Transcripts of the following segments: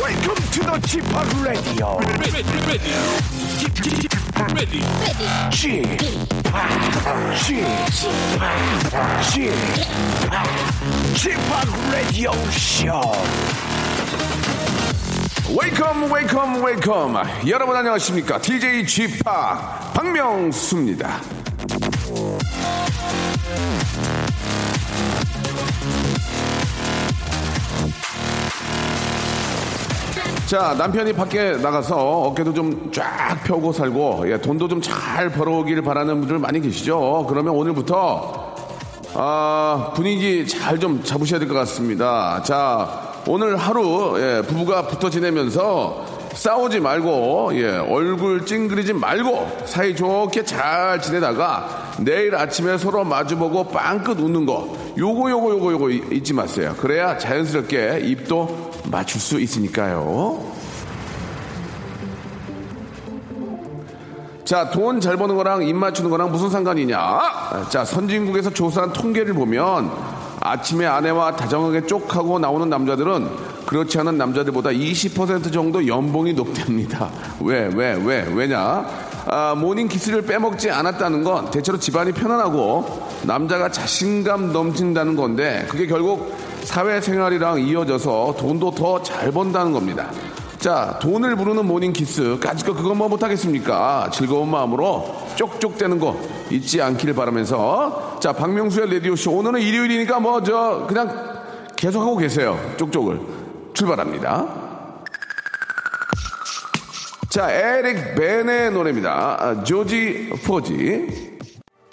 Welcome to the Chip Radio. Chip Chip Chip Radio Show. 웨이컴 웨이컴 웨이컴 여러분 안녕하십니까 DJ g 파 박명수입니다 자 남편이 밖에 나가서 어깨도 좀 쫙 펴고 살고 예, 돈도 좀 잘 벌어오길 바라는 분들 많이 계시죠 그러면 오늘부터 아, 분위기 잘 좀 잡으셔야 될 것 같습니다. 자, 오늘 하루, 예, 부부가 붙어 지내면서 싸우지 말고, 예, 얼굴 찡그리지 말고 사이 좋게 잘 지내다가 내일 아침에 서로 마주보고 빵긋 웃는 거, 요거, 요거, 요거, 요거 잊- 잊지 마세요. 그래야 자연스럽게 입도 맞출 수 있으니까요. 자, 돈 잘 버는 거랑 입 맞추는 거랑 무슨 상관이냐? 자, 선진국에서 조사한 통계를 보면 아침에 아내와 다정하게 쪽하고 나오는 남자들은 그렇지 않은 남자들보다 20% 정도 연봉이 높답니다. 왜, 왜, 왜, 왜냐? 아, 모닝 키스를 빼먹지 않았다는 건 대체로 집안이 편안하고 남자가 자신감 넘친다는 건데 그게 결국 사회생활이랑 이어져서 돈도 더 잘 번다는 겁니다. 자, 돈을 부르는 모닝 키스. 까짓거 그건 뭐 못하겠습니까? 즐거운 마음으로 쪽쪽대는 거 잊지 않기를 바라면서. 자, 박명수의 라디오쇼. 오늘은 일요일이니까 뭐, 저, 그냥 계속하고 계세요. 쪽쪽을. 출발합니다. 자, 에릭 벤의 노래입니다. 아, 조지 포지.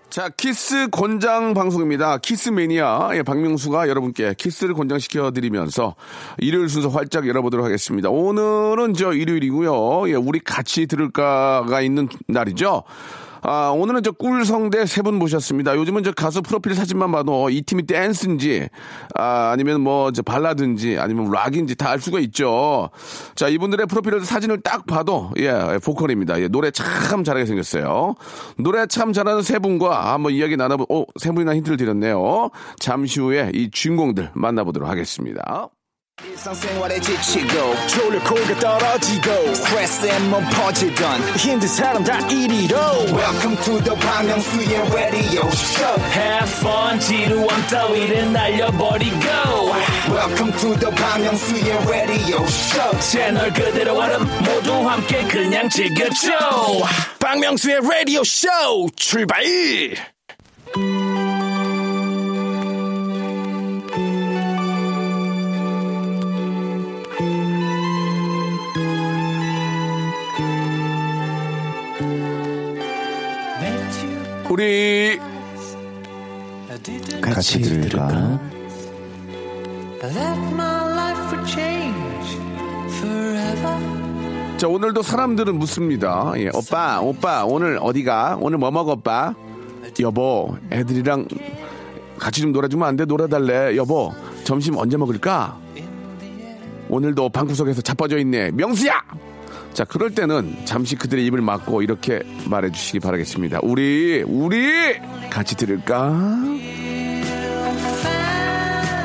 자, 키스 권장 방송입니다. 키스 매니아, 예, 박명수가 여러분께 키스를 권장시켜드리면서 일요일 순서 활짝 열어보도록 하겠습니다. 오늘은 저 일요일이고요. 예, 우리 같이 들을까가 있는 날이죠. 아, 오늘은 저 꿀성대 세 분 모셨습니다. 요즘은 저 가수 프로필 사진만 봐도 이 팀이 댄스인지, 아, 아니면 뭐, 저 발라드인지, 아니면 락인지 다 알 수가 있죠. 자, 이분들의 프로필 사진을 딱 봐도, 예, 보컬입니다. 예, 노래 참 잘하게 생겼어요. 노래 참 잘하는 세 분과 한번 이야기 나눠보, 오, 세 분이나 힌트를 드렸네요. 잠시 후에 이 주인공들 만나보도록 하겠습니다. 일상생활에 지치고, 졸려 코가 떨어지고, 스트레스에 몸 퍼지던, 힘든 사람 다 이리로. welcome to the Bang Myung-soo's radio show Have fun 지루함 따위를 날려버리고 welcome to the Bang Myung-soo's radio show 채널 그대로 와름 모두 함께 그냥 즐겨줘 박명수의 라디오 쇼 출발! 우리 같이 들을까? That my life would change forever. 자, 오늘도 사람들은 묻습니다. 예, 오빠, 오빠, 오늘 어디가? 오늘 뭐 먹어, 오빠? 여보, 애들이랑 같이 좀 놀아주면 안 돼? 놀아달래. 여보, 점심 언제 먹을까? 오늘도 방구석에서 자빠져 있네. 명수야! 자, 그럴 때는 잠시 그들의 입을 막고 이렇게 말해주시기 바라겠습니다. 우리, 우리! 같이 들을까?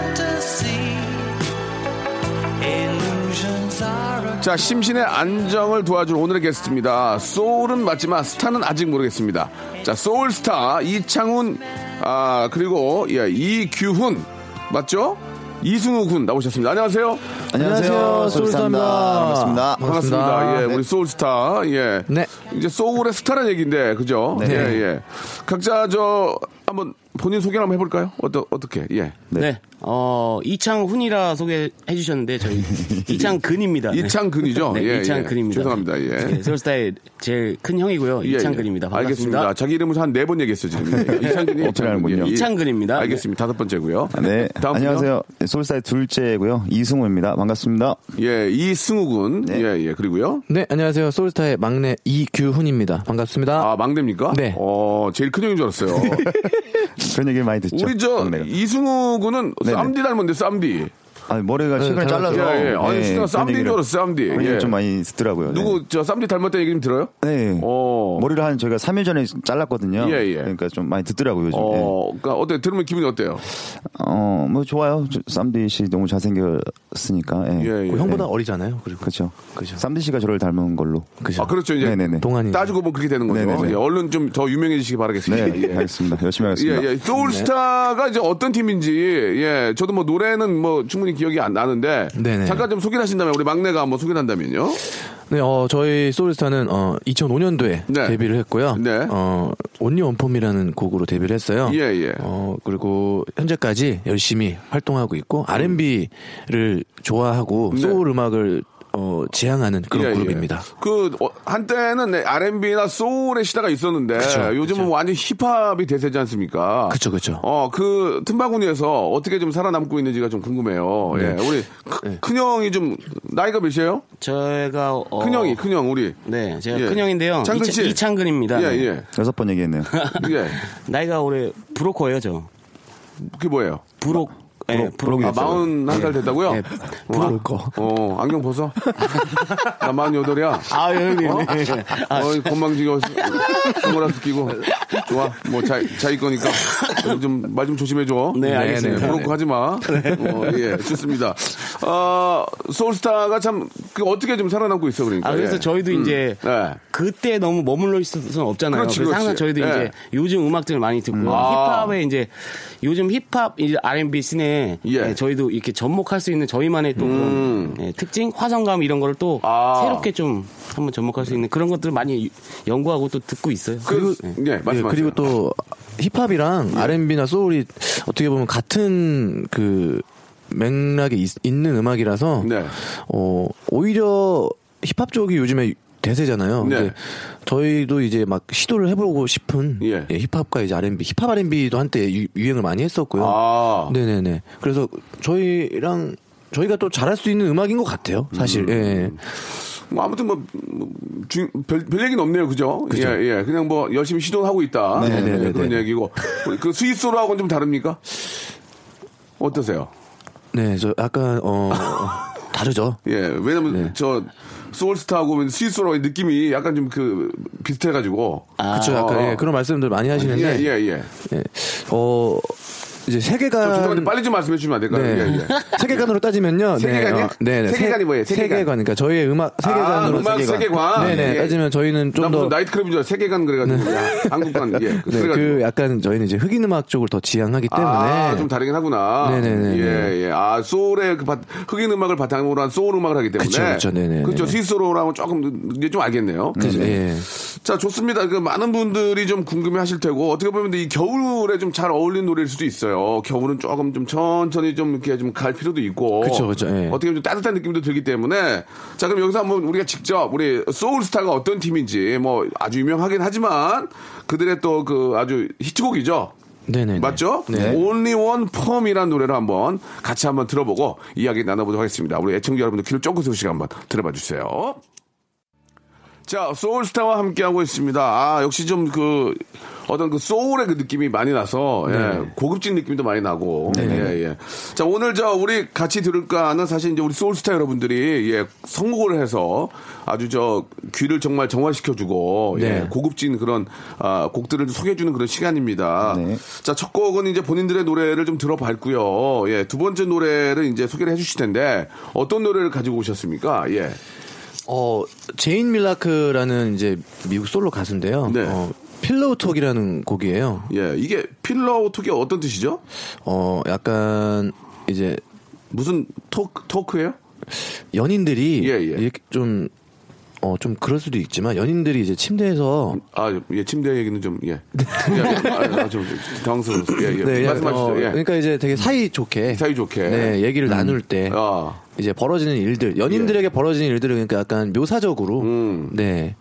Fantasy. Illusions are a 자, 심신의 안정을 도와줄 오늘의 게스트입니다. 소울은 맞지만 스타는 아직 모르겠습니다. 자, 소울스타 이창훈 아 그리고 예, 이규훈 맞죠? 이승우 군 나오셨습니다. 안녕하세요. 안녕하세요. 솔사입니다. 반갑습니다. 반갑습니다. 예, 우리 소울스타. 예. 네. 이제 소울의 스타란 얘기인데, 그죠? 예, 예. 각자 저 한번 본인 소개를 한번 해볼까요? 어떠, 어떻게? 예. 네. 네. 어, 이창훈이라 소개해 주셨는데, 저희 이창근입니다. 네. 이창근이죠? 네, 예, 예. 이창근입니다. 죄송합니다. 예. 네, 서울스타의 제일 큰 형이고요. 예, 예. 이창근입니다. 반갑습니다. 알겠습니다. 자기 이름을 한 네 번 얘기했어요, 지금. 예, 이창근이 어떻게 알았군요. 이창근입니다. 네. 알겠습니다. 다섯 번째고요. 네. 다음 안녕하세요. 솔사의 둘째고요. 이승우입니다. 반갑습니다. 예, 이승우 군. 예, 예. 그리고요. 네, 안녕하세요. 소울스타의 막내 이규훈입니다. 반갑습니다. 아, 막내입니까? 네. 어, 제일 큰 형인 줄 알았어요. 그런 얘기 많이 듣죠. 우리 저 네. 막내가. 이승우 군은 네네. 쌈디 닮은데 쌈디. 아니, 머리가 시간을 네, 잘라서. 예, 예. 아니, 네, 진짜 그런 쌈디인 얘기를 줄 알았어요, 쌈디. 그런 얘기를 예. 좀 많이 듣더라고요. 네. 누구 저 쌈디 닮았다는 얘기 좀 들어요? 네. 어. 머리를 한 저희가 3일 전에 잘랐거든요. 예, 예. 그러니까 좀 많이 듣더라고요, 요즘. 예. 어, 그러니까 어때 들으면 기분이 어때요? 어, 뭐 좋아요. 저 쌈디 씨 너무 잘생겼으니까. 예. 예, 예. 그 형보다 어리잖아요. 그리고 그렇죠. 그죠. 쌈디 씨가 저를 닮은 걸로. 그죠. 아, 그렇죠. 이제 네네네. 동안이 따지고 보면 그렇게 되는 거죠. 네네네. 예, 얼른 좀 더 유명해지시기 네, 바라겠습니다. 예. 알겠습니다. 열심히 하겠습니다. 예, 예. 소울스타가 이제 어떤 팀인지, 예. 저도 뭐 노래는 뭐 충분히 기억이 안 나는데. 네네. 잠깐 좀 소개를 하신다면, 우리 막내가 한번 소개를 한다면요. 네, 어, 저희 소울스타는 어, 2005년도에 네. 데뷔를 했고요. 네. 어, 온리 원폼이라는 곡으로 데뷔를 했어요. 예, 예. 어, 그리고 현재까지 열심히 활동하고 있고 R&B를 좋아하고 네. 소울 음악을 어, 지향하는 그런 예, 예. 그룹입니다. 그, 어, 한때는 네, R&B나 소울의 시대가 있었는데. 그쵸, 요즘은 뭐 그쵸. 완전 힙합이 대세지 않습니까? 그쵸, 그쵸. 어, 그 틈바구니에서 어떻게 좀 살아남고 있는지가 좀 궁금해요. 네. 예. 우리 크- 큰형이 좀, 나이가 몇이에요? 제가, 어, 큰형이, 큰형, 우리. 네, 제가 예. 큰형인데요. 창근 씨. 이창, 근입니다 네. 예, 예. 여섯 번 얘기했네요. 예. 나이가 올해 브로커예요, 저. 그게 뭐예요? 브로, 예, 브로- 브로커. 아, 마흔 한 살 됐다고요? 예. 어, 어, 안경 벗어? 나 마흔 여덟이야. 아, 형님. 어? 아, 어이, 건방지게 스물라스 끼고. 좋아. 뭐, 자, 자기 거니까. 좀, 말 좀 조심해줘. 네, 알겠습니다. 네, 브로커 하지 마. 어, 예, 좋습니다. 아, 소울스타가 참, 그 어떻게 좀 살아남고 있어, 그러니까. 아, 그래서 예. 저희도 이제 예. 그때 너무 머물러 있을 수는 없잖아요. 그렇지, 래서 항상 그렇지. 저희도 예. 이제 요즘 음악들을 많이 듣고 아. 힙합에 이제 요즘 힙합 이제 R&B 씬에 예. 음. 예, 저희도 이렇게 접목할 수 있는 저희만의 또 그런, 예, 특징, 화성감 이런 거를 또 아. 새롭게 좀 한번 접목할 수 있는 그런 것들을 많이 유- 연구하고 또 듣고 있어요. 그, 예. 예, 말씀하세요. 예. 예, 그리고 또 힙합이랑 R&B나 소울이 어떻게 보면 같은 그 맥락에 있, 는 음악이라서 네. 어 오히려 힙합 쪽이 요즘에 대세잖아요. 네. 근데 저희도 이제 막 시도를 해보고 싶은 예. 예, 힙합과 이제 R&B, 힙합 R&B도 한때 유, 행을 많이 했었고요. 아. 네네네. 그래서 저희랑 저희가 또 잘할 수 있는 음악인 것 같아요. 사실. 예. 뭐 아무튼 뭐, 뭐 주- 별, 별 얘기는 없네요, 그죠? 예, 예. 그냥 뭐 열심히 시도하고 있다. 네, 네, 예, 네, 그런 네. 얘기고. 우리 그 스위스로하고는 좀 다릅니까? 어떠세요? 네, 저 약간 어 다르죠. 예, 왜냐면 네. 저 소울스타하고 스위스로 느낌이 약간 좀 그 비슷해가지고. 그렇죠. 약간 어. 예, 그런 말씀들 많이 예, 하시는데 예, 예. 예. 어 이제 저 세계관 네. 죄송한데 빨리 좀 말씀해 주면 안 될까요? 예, 예. 세계관으로 따지면요. 세계관이요? 네, 네. 세계관이 뭐예요? 세계관. 세계관. 그러니까 저희의 음악 세계관으로 아, 음악 세계관. 네, 네. 예. 따지면 저희는 나 무슨 좀더 나이트클럽인 줄 알아. 세계관 그래가지고. 야, 한국관, 예. 네, 그래가지고. 그 약간 저희는 이제 흑인 음악 쪽을 더 지향하기 때문에 아, 좀 다르긴 하구나. 네네네. 예, 예. 아, 소울의 그 바- 흑인 음악을 바탕으로 한 소울 음악을 하기 때문에. 그쵸, 그쵸. 네네네. 그쵸. 스위스로라고 조금, 이제 좀 알겠네요. 그죠. 네. 예. 자, 좋습니다. 그 많은 분들이 좀 궁금해 하실 테고, 어떻게 보면 이 겨울에 좀 잘 어울리는 노래일 수도 있어요. 겨울은 조금 좀 천천히 좀 이렇게 좀 갈 필요도 있고. 그쵸, 그쵸. 예. 어떻게 보면 좀 따뜻한 느낌도 들기 때문에. 자, 그럼 여기서 한번 우리가 직접 우리 소울스타가 어떤 팀인지, 뭐 아주 유명하긴 하지만, 그들의 또 그 아주 히트곡이죠. 네, 네. 맞죠? 네. Only One Form이라는 노래를 한번 같이 한번 들어보고 이야기 나눠보도록 하겠습니다. 우리 애청자 여러분들 귀를 쫑긋 세우시고 한번 들어봐 주세요. 자, 소울스타와 함께하고 있습니다. 아, 역시 좀 그 어떤 그 소울의 그 느낌이 많이 나서 예, 네. 고급진 느낌도 많이 나고. 예, 예. 자, 오늘 저 우리 같이 들을까는 사실 이제 우리 소울스타 여러분들이 예, 선곡을 해서 아주 저 귀를 정말 정화시켜 주고 예, 네. 고급진 그런 아, 곡들을 소개해 주는 그런 시간입니다. 네. 자, 첫 곡은 이제 본인들의 노래를 좀 들어봤고요. 예, 두 번째 노래를 이제 소개를 해 주실 텐데 어떤 노래를 가지고 오셨습니까? 예. 어 제인 밀라크라는 이제 미국 솔로 가수인데요. 네. 어, 필로우 톡이라는 곡이에요. 예, 이게 필러우 톡이 어떤 뜻이죠? 어 약간 이제 무슨 토크, 토크예요? 연인들이 예, 예. 이렇게 좀 어, 좀 그럴 수도 있지만 연인들이 이제 침대에서 아, 예, 침대 얘기는 좀, 예. 예, 예. 아, 아, 좀 당황스러워서. 예, 예. 네, 말씀하시죠. 어, 예. 그러니까 이제 되게 사이 좋게 사이 좋게. 음. 어. 네, 얘기를 나눌 때 아, 이제 벌어지는 일들 예. 연인들에게 벌어지는 일들을 그러니까 약간 묘사적으로 음. 네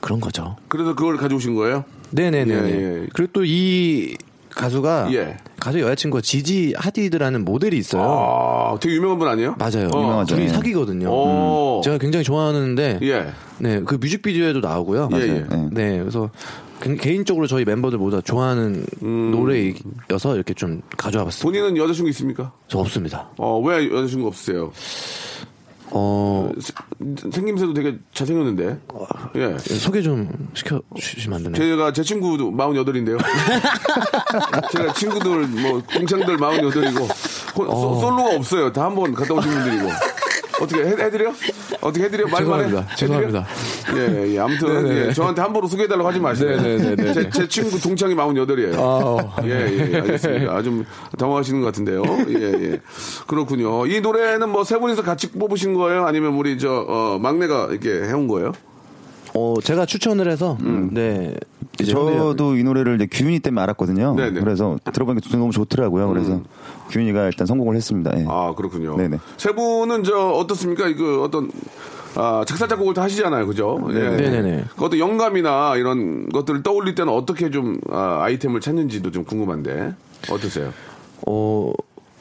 그런 거죠. 그래서 그걸 가져오신 거예요? 네네네. 예, 예. 그리고 또 이 가수가 예. 가수 여자친구가 지지 하디드라는 모델이 있어요. 아, 되게 유명한 분 아니에요? 네. 맞아요. 어. 유명하죠, 둘이 예. 사귀거든요. 오. 음. 제가 굉장히 좋아하는데 예. 네, 그 뮤직비디오에도 나오고요. 예, 예. 맞아요. 네, 그래서 개- 개인적으로 저희 멤버들 모두 다 좋아하는 음. 노래여서 이렇게 좀 가져와 봤습니다. 본인은 여자친구 있습니까? 저 없습니다. 어, 왜 여자친구 없으세요? 어, 생김새도 되게 잘생겼는데. 예. 소개 좀 시켜주시면 안 되나요? 제가 제 친구도 48인데요. 제가 친구들 뭐 공창들 48이고 어. 솔로가 없어요. 다 한 번 갔다 오신 분들이고. 어떻게 해, 해드려? 어떻게 해드려? 말 말해. 죄송합니다. 해드려? 죄송합니다. 예, 예, 예. 아무튼 네네네. 예, 저한테 함부로 소개해달라고 하지 마세요. 네네네네. 제, 제 친구 동창이 48이에요. 아. 예, 예, 알겠습니다. 아, 좀 당황하시는 것 같은데요. 예, 예. 그렇군요. 이 노래는 뭐 세 분이서 같이 뽑으신 거예요? 아니면 우리 저 어, 막내가 이렇게 해온 거예요? 어, 제가 추천을 해서 음. 네. 이제 저도 이 노래를 이제 규윤이 때문에 알았거든요. 네네. 음. 그래서 들어보니까 너무 좋더라고요. 그래서 규윤이가 일단 성공을 했습니다. 예. 아 그렇군요. 네네. 세 분은 저 어떻습니까? 그 어떤 아, 작사 작곡을 다 하시잖아요, 그죠? 예. 네네네. 그 어떤 영감이나 이런 것들을 떠올릴 때는 어떻게 좀 아, 이템을 찾는지도 좀 궁금한데 어떠세요? 어,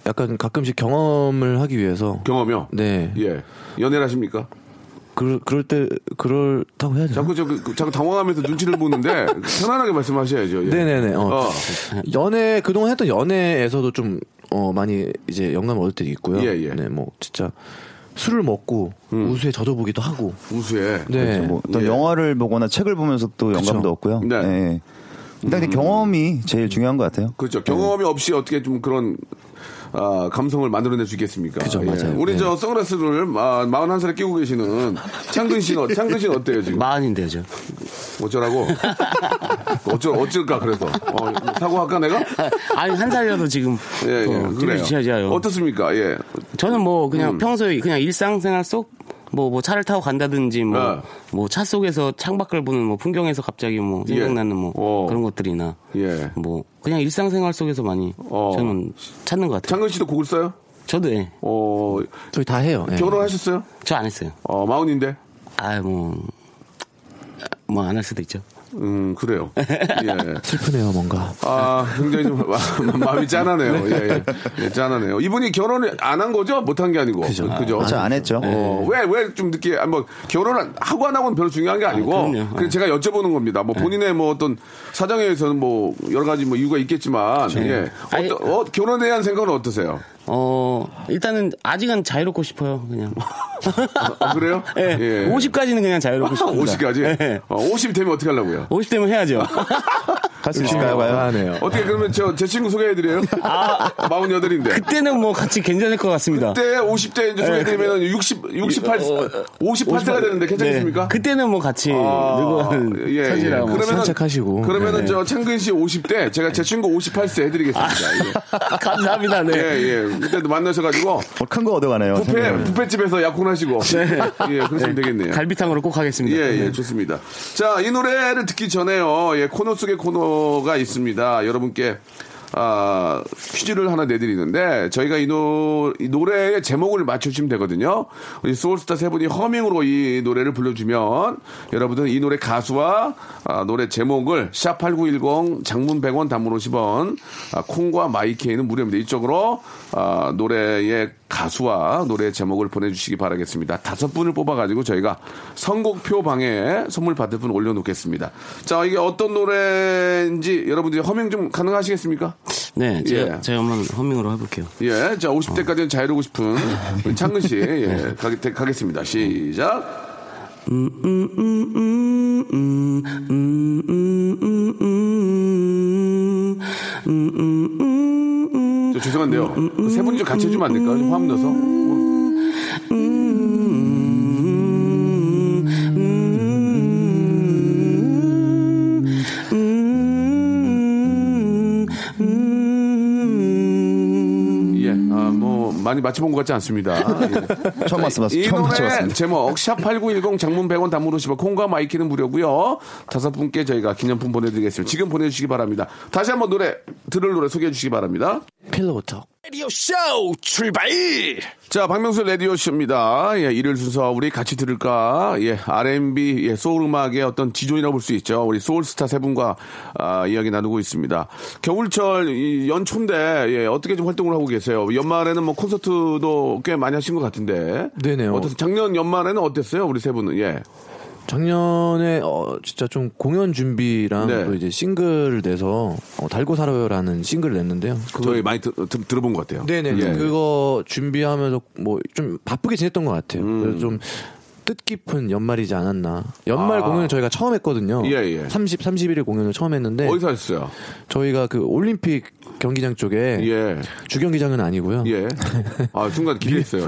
약간 가끔씩 경험을 하기 위해서 경험이요? 네. 예. 연애를 하십니까? 그, 그럴 때 그럴다고 해야 되나? 자꾸 저, 그, 자꾸 당황하면서 눈치를 보는데 편안하게 말씀하셔야죠. 예. 네네네. 어. 어. 연애 그동안 했던 연애에서도 좀 어, 많이 이제 영감을 얻을 때도 있고요. 예, 음. 예. 네, 뭐 진짜 술을 먹고 우수에 젖어보기도 하고. 우수해. 네. 그렇죠. 뭐 어떤 영화를 보거나 책을 보면서 또 영감도 얻고요. 예. 네. 음. 예. 일단 근데 경험이 제일 중요한 것 같아요. 그렇죠. 경험이 없이 어떻게 좀 그런 아, 감성을 만들어낼 수 있겠습니까? 예. 그죠, 맞아요. 우리 네. 저 선글라스를 마, 41살에 끼고 계시는 창근 씨는, 어- 창근 씨는 어때요, 지금? 마흔인데요, 저. 어쩌라고? 어쩌, 어쩔까, 그래서. 어, 사고할까, 내가? 아니, 한 살이라도 지금. 예, 예. 어, 그래요. 주셔야죠. 어떻습니까? 예. 저는 뭐 그냥 음. 평소에 그냥 일상생활 속 뭐, 뭐, 차를 타고 간다든지, 뭐, 네. 뭐, 차 속에서 창밖을 보는, 뭐, 풍경에서 갑자기 뭐, 예. 생각나는 뭐, 어. 그런 것들이나, 예. 뭐, 그냥 일상생활 속에서 많이 어. 저는 찾는 것 같아요. 창근 씨도 곡을 써요? 저도, 예. 어, 저희 다 해요. 예. 결혼하셨어요? 저 안 했어요. 어, 마흔인데? 아, 뭐, 뭐, 안 할 수도 있죠. 음, 그래요. 예. 슬프네요, 뭔가. 아, 굉장히 좀 마- 마음이 짠하네요. 예, 예. 예, 짠하네요. 이분이 결혼을 안 한 거죠? 못 한 게 아니고. 그죠. 저안 했죠. 어, 왜, 왜 좀 늦게, 아, 뭐, 결혼을 하고 안 하고는 별로 중요한 게 아니고. 네. 아, 그럼요. 그냥 예. 제가 여쭤보는 겁니다. 뭐, 본인의 뭐 어떤 사정에 의해서는 뭐, 여러 가지 뭐 이유가 있겠지만. 예. 네. 아니- 어떠- 어, 결혼에 대한 생각은 어떠세요? 어, 일단은 아직은 자유롭고 싶어요, 그냥. 아, 그래요? 예. 50까지는 그냥 자유롭고 싶어요. 50까지? 예. 어, 50 되면 어떻게 하려고요? 50 되면 해야죠. 할 수 있을까요? 과연? 하네요. 어떻게 그러면 저, 제 친구 소개해드려요? 아, 48인데. 그때는 뭐 같이 괜찮을 것 같습니다. 그때 50대 이제 소개해드리면 60, 68, 58세가 되는데 괜찮습니까? 어, 네. 그때는 뭐 같이 늙어가는 예, 예. 처지라 뭐. 그러면은- 산책하시고. 그러면은 네. 저 창근 씨 50대, 제가 제 친구 58세 해드리겠습니다. 감사합니다. 네. 예, 예. 예. 그때도 만나셔가지고 큰 거 얻어가네요. 부페 부페집에서 약혼하시고 네. 예, 그러시면 되겠네요. 갈비탕으로 꼭 하겠습니다. 예, 예, 네. 좋습니다. 자, 이 노래를 듣기 전에요. 예, 코너 속의 코너가 있습니다. 여러분께 아, 퀴즈를 하나 내드리는데 저희가 이, 노, 이 노래의 제목을 맞춰주시면 되거든요. 우리 소울스타 세 분이 허밍으로 이 노래를 불러주면 여러분은 이 노래 가수와 아, 노래 제목을 샵8910 장문 100원 단문 50원 아, 콩과 마이케이는 무료입니다. 이쪽으로 아, 노래의 가수와 노래 제목을 보내주시기 바라겠습니다. 다섯 분을 뽑아가지고 저희가 선곡표 방에 선물 받을 분 올려놓겠습니다. 자, 이게 어떤 노래인지 여러분들이 허밍 좀 가능하시겠습니까? 네, 제가, 예. 제가 한번 허밍으로 해볼게요. 예, 자, 50대까지는 자유로우고 싶은 우리 창근 씨, 예, 가, 가겠습니다. 시작. 저 죄송한데요. 세 분이 좀 같이 해주면 안 될까요? 좀 화음 넣어서. 예. 아, 뭐 많이 맞춰 본것 같지 않습니다. 예. 처음 봤습니다. 이 처음 노래 맞춰봤습니다. 제목 샵8910 장문 100원 단문 50원 콩과 마이키는 무료고요. 다섯 분께 저희가 기념품 보내드리겠습니다. 지금 보내주시기 바랍니다. 다시 한번 노래 들을 노래 소개해 주시기 바랍니다. 필로부터 라디오 쇼 출발! 자, 박명수 라디오 쇼입니다. 예, 일요일 순서 우리 같이 들을까? 예, R&B, 예, 소울 음악의 어떤 지존이라고 볼 수 있죠. 우리 소울스타 세 분과 아, 이야기 나누고 있습니다. 겨울철 이 연초인데 예, 어떻게 좀 활동을 하고 계세요? 연말에는 뭐 콘서트도 꽤 많이 하신 것 같은데. 네네요. 어떠 작년 연말에는 어땠어요? 우리 세 분은 예. 작년에 어 진짜 좀 공연 준비랑 네. 또 이제 싱글 내서 어, 달고 살아요라는 싱글을 냈는데요. 그거 저희 많이 들, 들- 들어본 것 같아요. 네네 예. 그거 준비하면서 뭐 좀 바쁘게 지냈던 것 같아요. 음. 그래서 좀 뜻깊은 연말이지 않았나. 연말 아. 공연을 저희가 처음 했거든요. 예, 예. 30, 31일 공연을 처음 했는데 어디서 했어요? 저희가 그 올림픽 경기장 쪽에 예. 주경기장은 아니고요. 예. 아, 순간 기대했어요.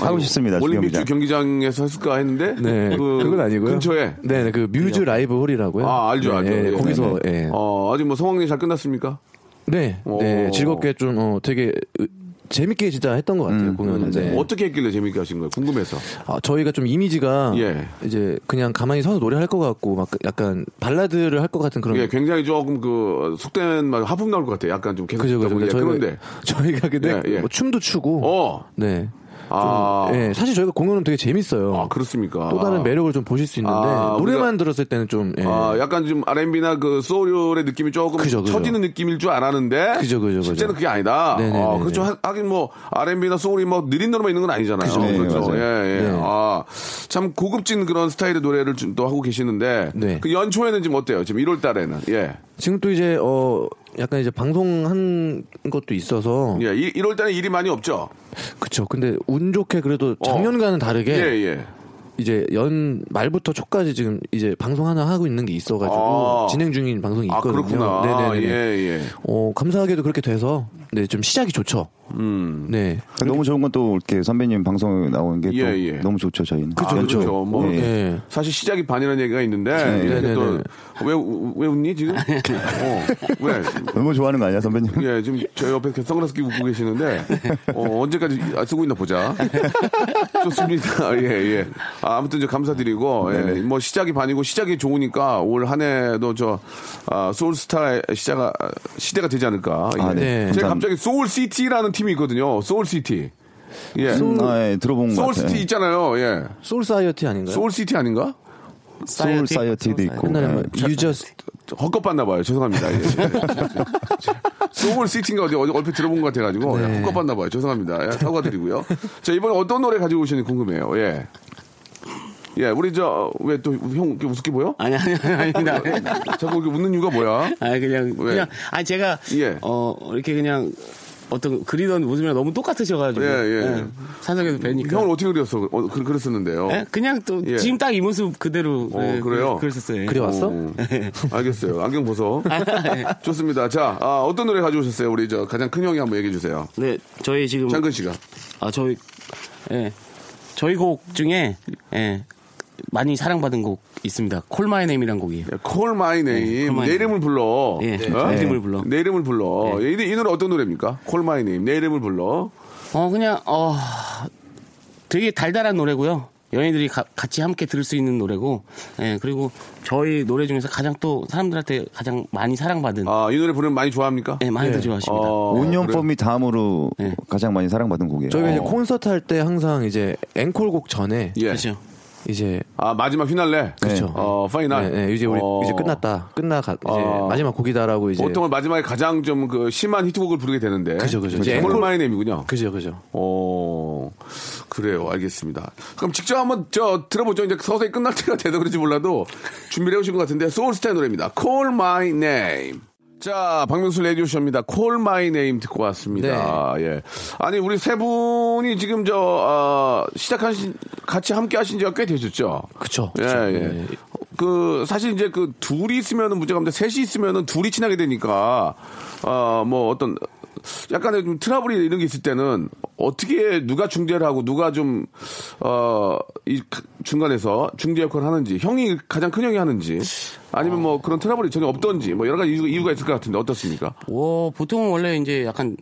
하고 싶습니다. 올림픽 주경기장. 경기장에서 했을까 했는데 네, 그 그건 아니고요. 근처에 예. 네, 그 뮤즈 라이브 홀이라고요. 아 알죠 네, 알죠 네, 예. 거기서 예. 어, 아직 뭐 성황리 잘 끝났습니까? 네, 오. 네, 즐겁게 좀 어, 되게 으, 재밌게 진짜 했던 것 같아요 공연을. 네. 음, 뭐 어떻게 했길래 재밌게 하신 거예요? 궁금해서 아, 저희가 좀 이미지가 예. 이제 그냥 가만히 서서 노래할 것 같고 막 약간 발라드를 할 것 같은 그런. 예, 굉장히 조금 그 속된 말 하품 나올 것 같아요. 약간 좀 계속 그죠, 그죠. 듣다 보니까. 저희가, 그런데 저희가 근데 예, 예. 뭐 춤도 추고. 어, 네. 아, 예, 사실 저희가 공연은 되게 재밌어요. 아 그렇습니까? 또 다른 매력을 좀 보실 수 있는데 아, 노래만 우리가- 들었을 때는 좀 예. 아, 약간 좀 R&B나 그 소울의 느낌이 조금 그죠, 그죠. 처지는 느낌일 줄 알았는데 그죠, 그죠, 그죠. 실제는 그게 아니다. 네네네네. 아, 그렇죠. 하- 하긴 뭐 R&B나 소울이 뭐 느린 노래만 있는 건 아니잖아요. 그죠. 네, 그렇죠. 맞아요. 예, 예. 네. 아, 참 고급진 그런 스타일의 노래를 좀 또 하고 계시는데 네. 그 연초에는 지금 어때요? 지금 1월 달에는 예. 지금 또 이제 어 약간 이제 방송한 것도 있어서 예, 1월 달에 일이 많이 없죠. 그쵸. 근데 운 좋게 그래도 작년과는 다르게 어. 예, 예. 이제 연 말부터 초까지 지금 이제 방송 하나 하고 있는 게 있어가지고 아. 진행 중인 방송이 아, 있거든요. 그렇구나. 네네네. 예, 예. 어 감사하게도 그렇게 돼서 네 좀 시작이 좋죠. 음. 네. 너무 좋은 건 또 이렇게 선배님 방송 나오는 게 또 예, 예. 너무 좋죠 저희는. 그죠, 연초. 그죠. 뭐, 예. 예. 사실 시작이 반이라는 얘기가 있는데 이렇게 네, 또 네, 왜, 우- 왜 웃니 지금? 어, 왜? 너무 좋아하는 거 아니야 선배님? 예, 지금 저 옆에 이렇게 선글라스 끼고 웃고 계시는데 어, 언제까지 아, 쓰고 있나 보자. 좋습니다. 예, 예. 아, 아무튼 저 감사드리고 예, 네. 뭐 시작이 반이고 시작이 좋으니까 올 한해도 저 아, 소울스타의 시대가 시대가 되지 않을까. 예. 아, 네. 네. 제가 감사합니다. 갑자기 소울시티라는 팀이 있거든요. 소울시티. 예. 음, 네. 아, 예, 들어본 것 같아요. 소울시티 있잖아요. 예. 소울 사이어티 아닌가요? 소울시티 아닌가? 소울 사이어티도 있고. 옛날에 뭐 예. 유저스 헛것 봤나 봐요. 죄송합니다. 예. 소울 시팅가 어디 어디 얼핏 들어본 것 네. 같아가지고 예, 헛것 봤나 봐요. 죄송합니다. 예, 사과드리고요. 자 이번에 어떤 노래 가지고 오시는지 궁금해요. 예. 예, 우리 저 왜 또 형 우습게 보여? 아니, 아니, 아니, 네. 아닙니다. 자꾸 이렇게 웃는 이유가 뭐야? 아 그냥 왜? 그냥 아 제가 예. 어 이렇게 그냥 어떤 그리던 모습이랑 너무 똑같으셔가지고 네. 예, 예. 산속에서 뵈니까 형을 어떻게 그렸어? 어, 그, 그랬었는데요. 예? 그냥 또 예. 지금 딱 이 모습 그대로 네, 어, 그래요? 그랬었어요. 네. 아, 그려왔어? 오, 알겠어요. 안경 벗어. 좋습니다. 자, 아, 어떤 노래 가져오셨어요? 우리 저 가장 큰 형이 한번 얘기해 주세요. 네 저희 지금 장근 씨가. 아 저희 예 저희 곡 중에 예 많이 사랑받은 곡 있습니다. 콜마이 네임이란 곡이에요. 콜 마이 네, Call 네임 My 내 Name. 이름을 불러 네. 예, 내 이름을 불러. 예. 내 이름을 불러 이, 이 노래 어떤 노래입니까? 콜 마이 네임 내 이름을 불러 어 그냥 어 되게 달달한 노래고요. 연예인들이 가- 같이 함께 들을 수 있는 노래고, 예 그리고 저희 노래 중에서 가장 또 사람들한테 가장 많이 사랑받은, 아 이 노래 부르면 많이 좋아합니까? 예 많이들 좋아하십니다. 어, 네, 온년 그래요? 펌이 다음으로 네. 가장 많이 사랑받은 곡이에요. 저희가 이제 어. 콘서트 할 때 항상 이제 앵콜곡 전에 예. 그렇죠. 이제 아 마지막 휘날레 그렇죠. 어 파이널 네, 네, 이제 우리 어, 이제 끝났다 끝나가 이제 어. 마지막 곡이다라고 이제 보통은 마지막에 가장 좀 그 심한 히트곡을 부르게 되는데 그죠, 그죠. 이제 콜 앵콜- 마이 네임이군요. 그죠 그죠 어 그래요 알겠습니다. 그럼 직접 한번 저 들어보죠. 이제 서서히 끝날 때가 돼서 그런지 몰라도 준비를 해오신 것 같은데 소울스타의 노래입니다. Call My Name. 자 박명수 라디오 쇼입니다. Call My Name 듣고 왔습니다. 예. 아니 우리 세 분이 지금 저 아, 시작하신 같이 함께 하신 지가 꽤 되셨죠. 그쵸, 예 그쵸. 예. 예. 그 사실 이제 그 둘이 있으면은 문제가 없는데 셋이 있으면은 둘이 친하게 되니까 아뭐 어떤 약간의 좀 트러블이 이런 게 있을 때는 어떻게 누가 중재를 하고 누가 좀어이 그 중간에서 중재 역할을 하는지 형이 가장 큰 형이 하는지 아니면 뭐 그런 트러블이 전혀 없던지 뭐 여러 가지 이유- 이유가 있을 것 같은데 어떻습니까? 와, 보통은 원래 이제 약간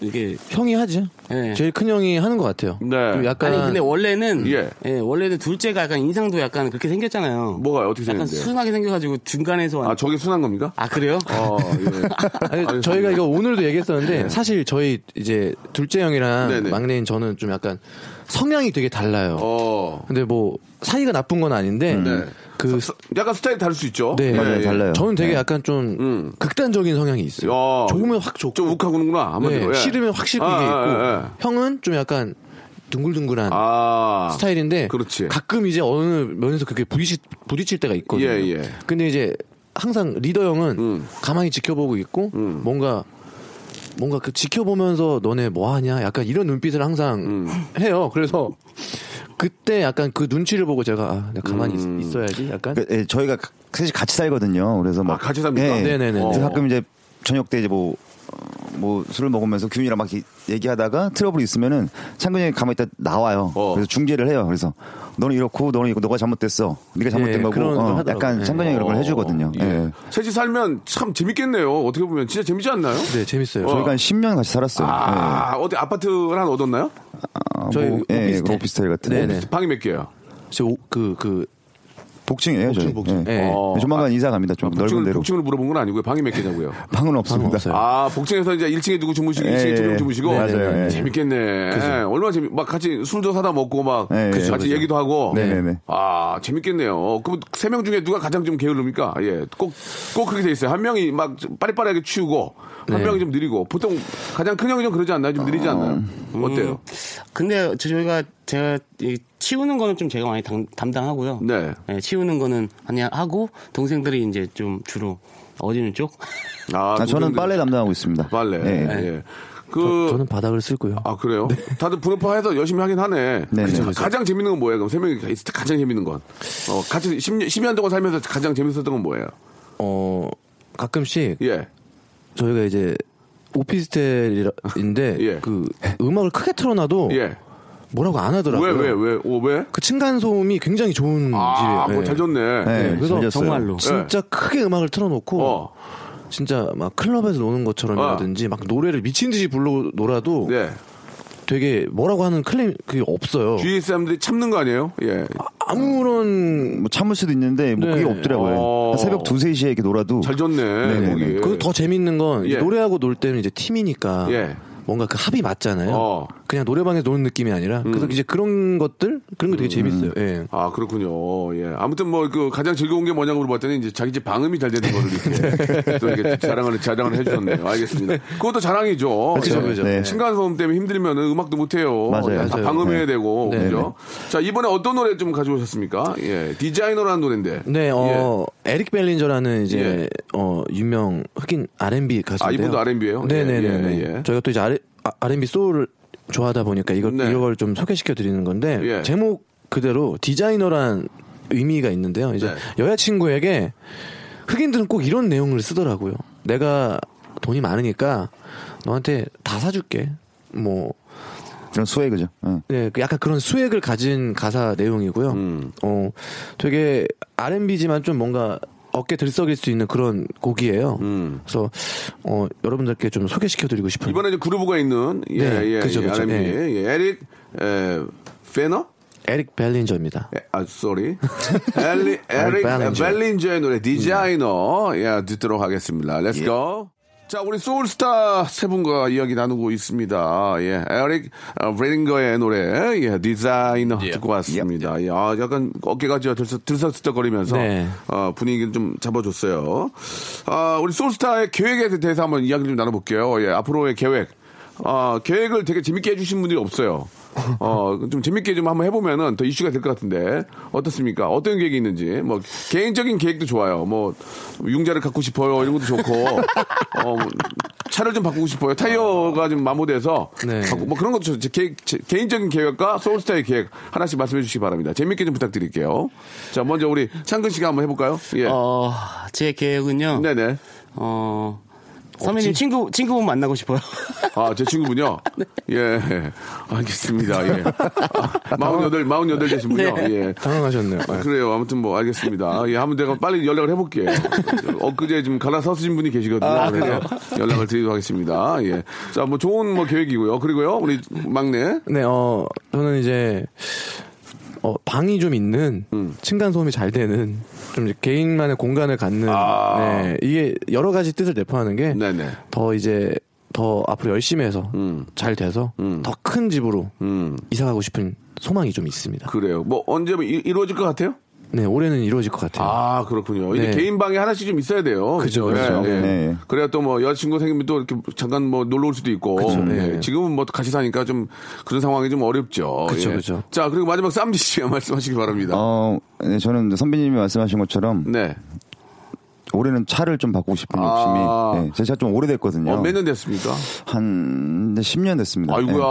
이게 형이 하지. 예. 제일 큰 형이 하는 것 같아요. 네. 좀 약간 아니 근데 원래는 예. 예. 원래는 둘째가 약간 인상도 약간 그렇게 생겼잖아요. 뭐가요? 어떻게 약간 생겼는데요? 순하게 생겨가지고 중간에서 아, 저게 순한 겁니까? 아 그래요? 어, 예. 아니, 저희가 이거 오늘도 얘기했었는데 네. 사실 저희 이제 둘째 형이랑 네네. 어. 막내인 저는 좀 약간 성향이 되게 달라요. 근데 뭐 사이가 나쁜 건 아닌데 음. 네. 그 약간 스타일이 다를 수 있죠. 네, 맞아요, 예. 달라요. 저는 되게 네. 약간 좀 극단적인 성향이 있어요. 좋으면 확 좋고 아. 네, 좀 욱하구는구나 한마디로. 예. 싫으면 확 싫고 아, 이게 있고 아, 아, 아. 형은 좀 약간 둥글둥글한 아, 스타일인데 가끔 이제 어느 면에서 그게 부딪히, 부딪힐 때가 있거든요. 예, 예. 근데 이제 항상 리더 형은 음. 가만히 지켜보고 있고 뭔가 뭔가 그 지켜보면서 너네 뭐 하냐 약간 이런 눈빛을 항상 음. 해요. 그래서 그때 약간 그 눈치를 보고 제가 아, 내가 가만히 있, 있어야지 약간 음. 그, 예, 저희가 가- 사실 같이 살거든요. 그래서 막 같이 삽니까? 예, 예. 네네네. 그래서 어. 가끔 이제 저녁 때 이제 뭐. 어, 뭐 술을 먹으면서 규민이랑 막 이- 얘기하다가 트러블이 있으면은 창근이 형이 가만히 있다 나와요. 그래서 중재를 해요. 그래서 너는 이렇고 너는 이거 너가 잘못됐어. 네가 잘못된 예, 거고. 그런 거 어, 하더라고요. 약간 예. 창근이 형이 그런 걸 어, 해주거든요. 예. 예. 셋이 살면 참 재밌겠네요. 어떻게 보면 진짜 재밌지 않나요? 네, 재밌어요. 저희가 한 10년 같이 살았어요. 예. 아, 어디 아파트를 하나 얻었나요? 아, 뭐, 예, 예, 그런 오피스텔 같은 네, 거. 오피스- 방이 몇 개예요? 그그 예. 복층이에요, 저희. 복층. 예. 예. 네, 조만간 이사 갑니다. 좀 넓은 복층을, 데로. 복층으로 물어본 건 아니고요. 방이 몇 개냐고요? 방은 없습니다. 아, 복층에서 이제 1층에 누구 주무시고, 네. 예, 2층에 두 명 예. 주무시고. 네, 맞아요, 예. 재밌겠네. 그죠. 예, 얼마나 재미, 막 같이 술도 사다 먹고, 막 예, 예. 같이 그죠, 그죠. 얘기도 하고. 네, 네, 네. 아, 재밌겠네요. 그럼 세 명 중에 누가 가장 좀 게으릅니까? 예, 꼭, 꼭 그렇게 돼 있어요. 한 명이 막좀 빠리빠리하게 치우고, 한 네. 명이 좀 느리고. 보통 가장 큰 형이 좀 그러지 않나요? 좀 느리지 않나요? 음. 어때요? 음. 근데 저희가 제가 이 치우는 거는 좀 제가 많이 당- 담당하고요. 음. 네. 예, 치우는 거는 그냥 하고 동생들이 이제 좀 주로 어디는 쪽? 아, 아, 저는 빨래 담당하고 있습니다. 빨래. 예. 예. 그 저는 바닥을 쓸고요. 아 그래요? 다들 분업화해서 열심히 하긴 하네. 네, 그쵸? 네, 그쵸. 가장 재밌는 건 뭐예요? 그럼 세 명이 있을 때 가장 재밌는 건? 어, 같이 10년, 10년 동안 살면서 가장 재밌었던 건 뭐예요? 어 가끔씩 예. 저희가 이제 오피스텔인데 예. 그 음악을 크게 틀어놔도 뭐? 뭐라고 안 하더라고요. 왜, 왜, 어, 왜, 오, 왜? 그 층간 소음이 굉장히 좋은 아, 예. 집이에요. 그거 예. 잘 졌네. 예, 네, 그래서 잘 졌어요. 정말로 진짜 크게 음악을 틀어놓고 진짜 막 클럽에서 노는 어. 것처럼이라든지 막 노래를 미친 듯이 불러 놀아도 예. 되게 뭐라고 하는 클레임 그게 없어요. 주위 사람들이 참는 거 아니에요? 예. 아무런 뭐 참을 수도 있는데 뭐 그게 없더라고요. 한 새벽 2, 3시에 이렇게 놀아도 잘 졌네. 거기. 그리고 더 재밌는 건 이제 예. 노래하고 놀 때는 이제 팀이니까 예. 어. 뭔가 그 합이 맞잖아요. 그냥 노래방에서 노는 느낌이 아니라 음. 그래서 이제 그런 것들 그런 거 되게 재밌어요. 예. 아 그렇군요. 예. 아무튼 뭐 그 가장 즐거운 게 뭐냐고 물어봤더니 이제 자기 집 방음이 잘 되는 거를 이렇게 또 이렇게 자랑을 자랑을 해주셨네요. 알겠습니다. 그것도 자랑이죠. 예. 그렇죠, 그렇죠. 네. 층간 소음 때문에 힘들면 음악도 못 해요. 예, 맞아요. 다 맞아요. 방음해야 네. 되고 네, 그죠. 자 이번에 어떤 노래 좀 가져오셨습니까? 예. 디자이너라는 노래인데. 네, 어 에릭 벨린저라는 이제 예. 어 유명 흑인 R&B 가수인데요. 이분도 R&B 예요? 네, 네, 예, 네. 예, 예. 저희가 또 이제 R, R&B 소울을 좋아하다 보니까 이걸 이걸 좀 소개시켜 드리는 건데 네. 예. 제목 그대로 디자이너란 의미가 있는데요. 이제 네. 여자친구에게 흑인들은 꼭 이런 내용을 쓰더라고요. 내가 돈이 많으니까 너한테 다 사줄게. 뭐 그런 수액이죠. 예. 네, 그 약간 그런 수액을 가진 가사 내용이고요. 음. 어, 되게 R&B지만 좀 뭔가 어깨 들썩일 수 있는 그런 곡이에요. 그래서 어, 여러분들께 좀 소개시켜드리고 싶어요. 음. 예. 이번에 이제 그루브가 있는 예, 네, 예, 그죠, 예, 그죠. R&B 예. 예, 에릭 에, 페너 에릭 벨린저입니다. 아, 쏘리. 엘리, 에릭 벨린저. 벨린저의 노래, 디자이너. 예, 듣도록 하겠습니다. 렛츠 예. 고. 자, 우리 소울스타 세 분과 이야기 나누고 있습니다. 예, 에릭 어, 벨린거의 노래, 예, 디자이너 듣고 왔습니다. 예, 아, 약간 어깨가 저 들썩, 들썩들썩거리면서 네. 어, 분위기를 좀 잡아줬어요. 아, 우리 소울스타의 계획에 대해서 한번 이야기 좀 나눠볼게요. 예, 앞으로의 계획. 아, 계획을 되게 재밌게 해주신 분들이 없어요. 어, 좀 재밌게 좀 한번 해보면은 더 이슈가 될 것 같은데. 어떻습니까? 어떤 계획이 있는지. 뭐, 개인적인 계획도 좋아요. 뭐, 융자를 갖고 싶어요. 이런 것도 좋고. 어, 뭐, 차를 좀 바꾸고 싶어요. 타이어가 좀 마모돼서. 네. 바꾸- 뭐 그런 것도 제 개, 인적인 계획과 소울스타의 계획 하나씩 말씀해 주시기 바랍니다. 재밌게 좀 부탁드릴게요. 자, 먼저 우리 네. 어. 창근 씨가 한번 해볼까요? 예. 어, 제 계획은요. 네네. 어, 선배님 친구 친구분 만나고 싶어요. 아, 제 친구분요? 예. 알겠습니다. 예. 아, 48, 48 되신 분요? 네. 예. 당황하셨네요. 아, 그래요. 아무튼 뭐 알겠습니다. 예, 한번 내가 빨리 연락을 해볼게요. 엊그제 지금 갈아서신 분이 계시거든요. 그래서 연락을 드리도록 하겠습니다. 예. 자, 뭐 좋은 뭐 계획이고요. 그리고요, 우리 막내. 네, 어, 저는 이제, 어, 방이 좀 있는, 층간 소음이 잘 되는, 좀 이제 개인만의 공간을 갖는, 아. 네, 이게 여러 가지 뜻을 내포하는 게, 네, 더 이제, 더 앞으로 열심히 해서, 음. 잘 돼서, 더 큰 집으로, 이사가고 싶은 소망이 좀 있습니다. 그래요. 뭐 언제 뭐 이- 이루어질 것 같아요? 네, 올해는 이루어질 것 같아요. 아, 그렇군요. 이제 네. 개인 방에 하나씩 좀 있어야 돼요. 그죠, 예, 그죠. 예. 네. 그래야 또 뭐 여자친구 생기면 또 이렇게 잠깐 뭐 놀러 올 수도 있고. 그죠, 예. 네. 지금은 뭐 같이 사니까 좀 그런 상황이 좀 어렵죠. 그죠, 예. 그죠. 자, 그리고 마지막 쌈지 씨가 말씀하시기 바랍니다. 어, 네, 저는 이제 선배님이 말씀하신 것처럼 네. 올해는 차를 좀 바꾸고 싶은 아. 욕심이 네, 제 차 좀 오래됐거든요. 어, 몇 년 됐습니까? 한 10년 됐습니다. 아이고야,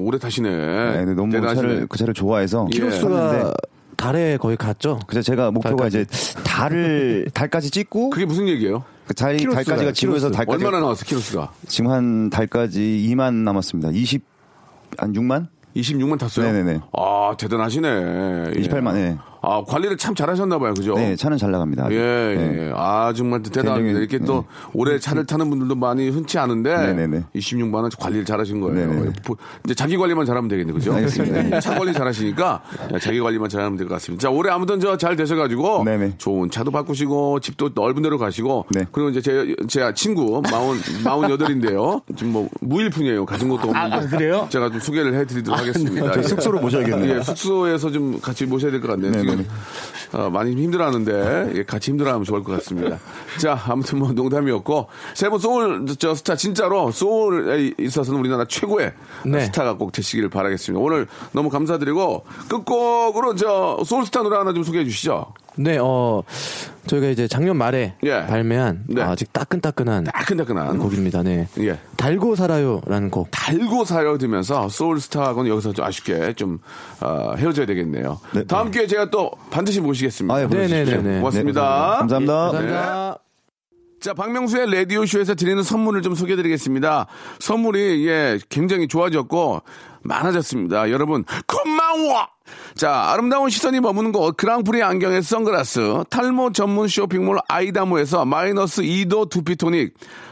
오래 타시네. 네. 네, 근데 너무 대단하시네. 차를, 그 차를 좋아해서 키로수가 샀는데 달에 거의 갔죠? 그래서 제가 목표가 이제 달을 달까지 찍고 그게 무슨 얘기예요? 달, 키로수가, 달까지가 지구에서 키로수. 달까지 얼마나 나왔어, 키로수가? 지금 한 달까지 2만 남았습니다. 20, 한 6만? 26만 탔어요? 네네네. 아, 대단하시네. 예. 28만, 예. 아, 관리를 참 잘하셨나봐요, 그죠? 네, 차는 잘 나갑니다. 아주. 예, 예. 네. 아, 정말 대단합니다. 굉장히, 음. 이렇게 또 올해 차를 타는 분들도 많이 흔치 않은데 네네네. 26만 원 관리를 잘하신 거예요. 네네. 보- 이제 자기 관리만 잘하면 되겠네요. 그죠? 예, 알겠습니다. 차 관리 잘하시니까 예, 자기 관리만 잘하면 될 것 같습니다. 자, 올해 아무튼 저 잘 되셔 가지고 네네. 좋은 차도 바꾸시고 집도 넓은 데로 가시고 네. 그리고 이제 제, 제 친구 마흔 마흔 여덟인데요. 지금 뭐 무일푼이에요. 가진 것도 없는데. 아, 아, 그래요? 제가 좀 소개를 해 드리도록 아, 하겠습니다. 네. 저희 예. 숙소로 모셔야겠네요. 예, 숙소에서 좀 같이 모셔야 될 것 같네요. 네, 네. 지금 어, 많이 힘들어하는데 예, 같이 힘들어하면 좋을 것 같습니다. 자, 아무튼 뭐 농담이었고 세 분 소울 저 스타 진짜로 소울에 있어서는 우리나라 최고의 네. 스타가 꼭 되시길 바라겠습니다. 오늘 너무 감사드리고 끝곡으로 저 소울 스타 노래 하나 좀 소개해 주시죠. 네, 어, 저희가 이제 작년 말에 예. 발매한 네. 아직 따끈따끈한 음. 따끈따끈한 곡입니다. 네. 예. 달고 살아요라는 곡. 달고 사요 들면서 소울스타하고는 여기서 좀 아쉽게 좀 어, 헤어져야 되겠네요. 네. 다음 기회에 제가 또 반드시 모시겠습니다. 아, 예, 보내주십시오. 네네네네. 네, 고맙습니다. 예, 네. 감사합니다. 감사합니다. 자, 박명수의 라디오쇼에서 드리는 선물을 좀 소개해 드리겠습니다. 선물이, 예, 굉장히 좋아졌고, 많아졌습니다. 여러분, 고마워! 자, 아름다운 시선이 머무는 곳, 그랑프리 안경의 선글라스, 탈모 전문 쇼핑몰 아이다모에서 마이너스 2도 두피토닉,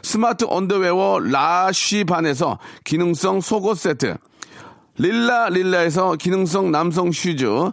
스마트 언더웨어 라쉬반에서 기능성 속옷 세트, 릴라 릴라에서 기능성 남성 슈즈,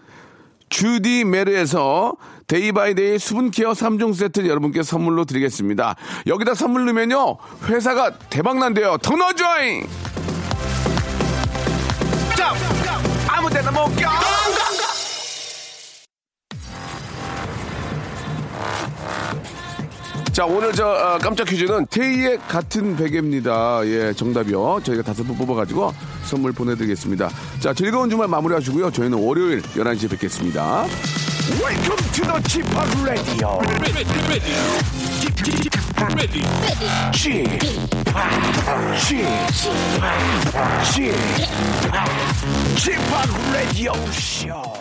주디 메르에서 데이바이데이 수분케어 3종 세트 여러분께 선물로 드리겠습니다. 여기다 선물 넣으면요, 회사가 대박난대요. 터너조잉! 아무 데나 못 껴! 자, 오늘 저 어, 깜짝 퀴즈는 테이의 같은 베개입니다. 예, 정답이요. 저희가 다섯 분 뽑아가지고 선물 보내드리겠습니다. 자, 즐거운 주말 마무리하시고요. 저희는 월요일 11시에 뵙겠습니다. Welcome to the Chip Radio. Chip Radio Show.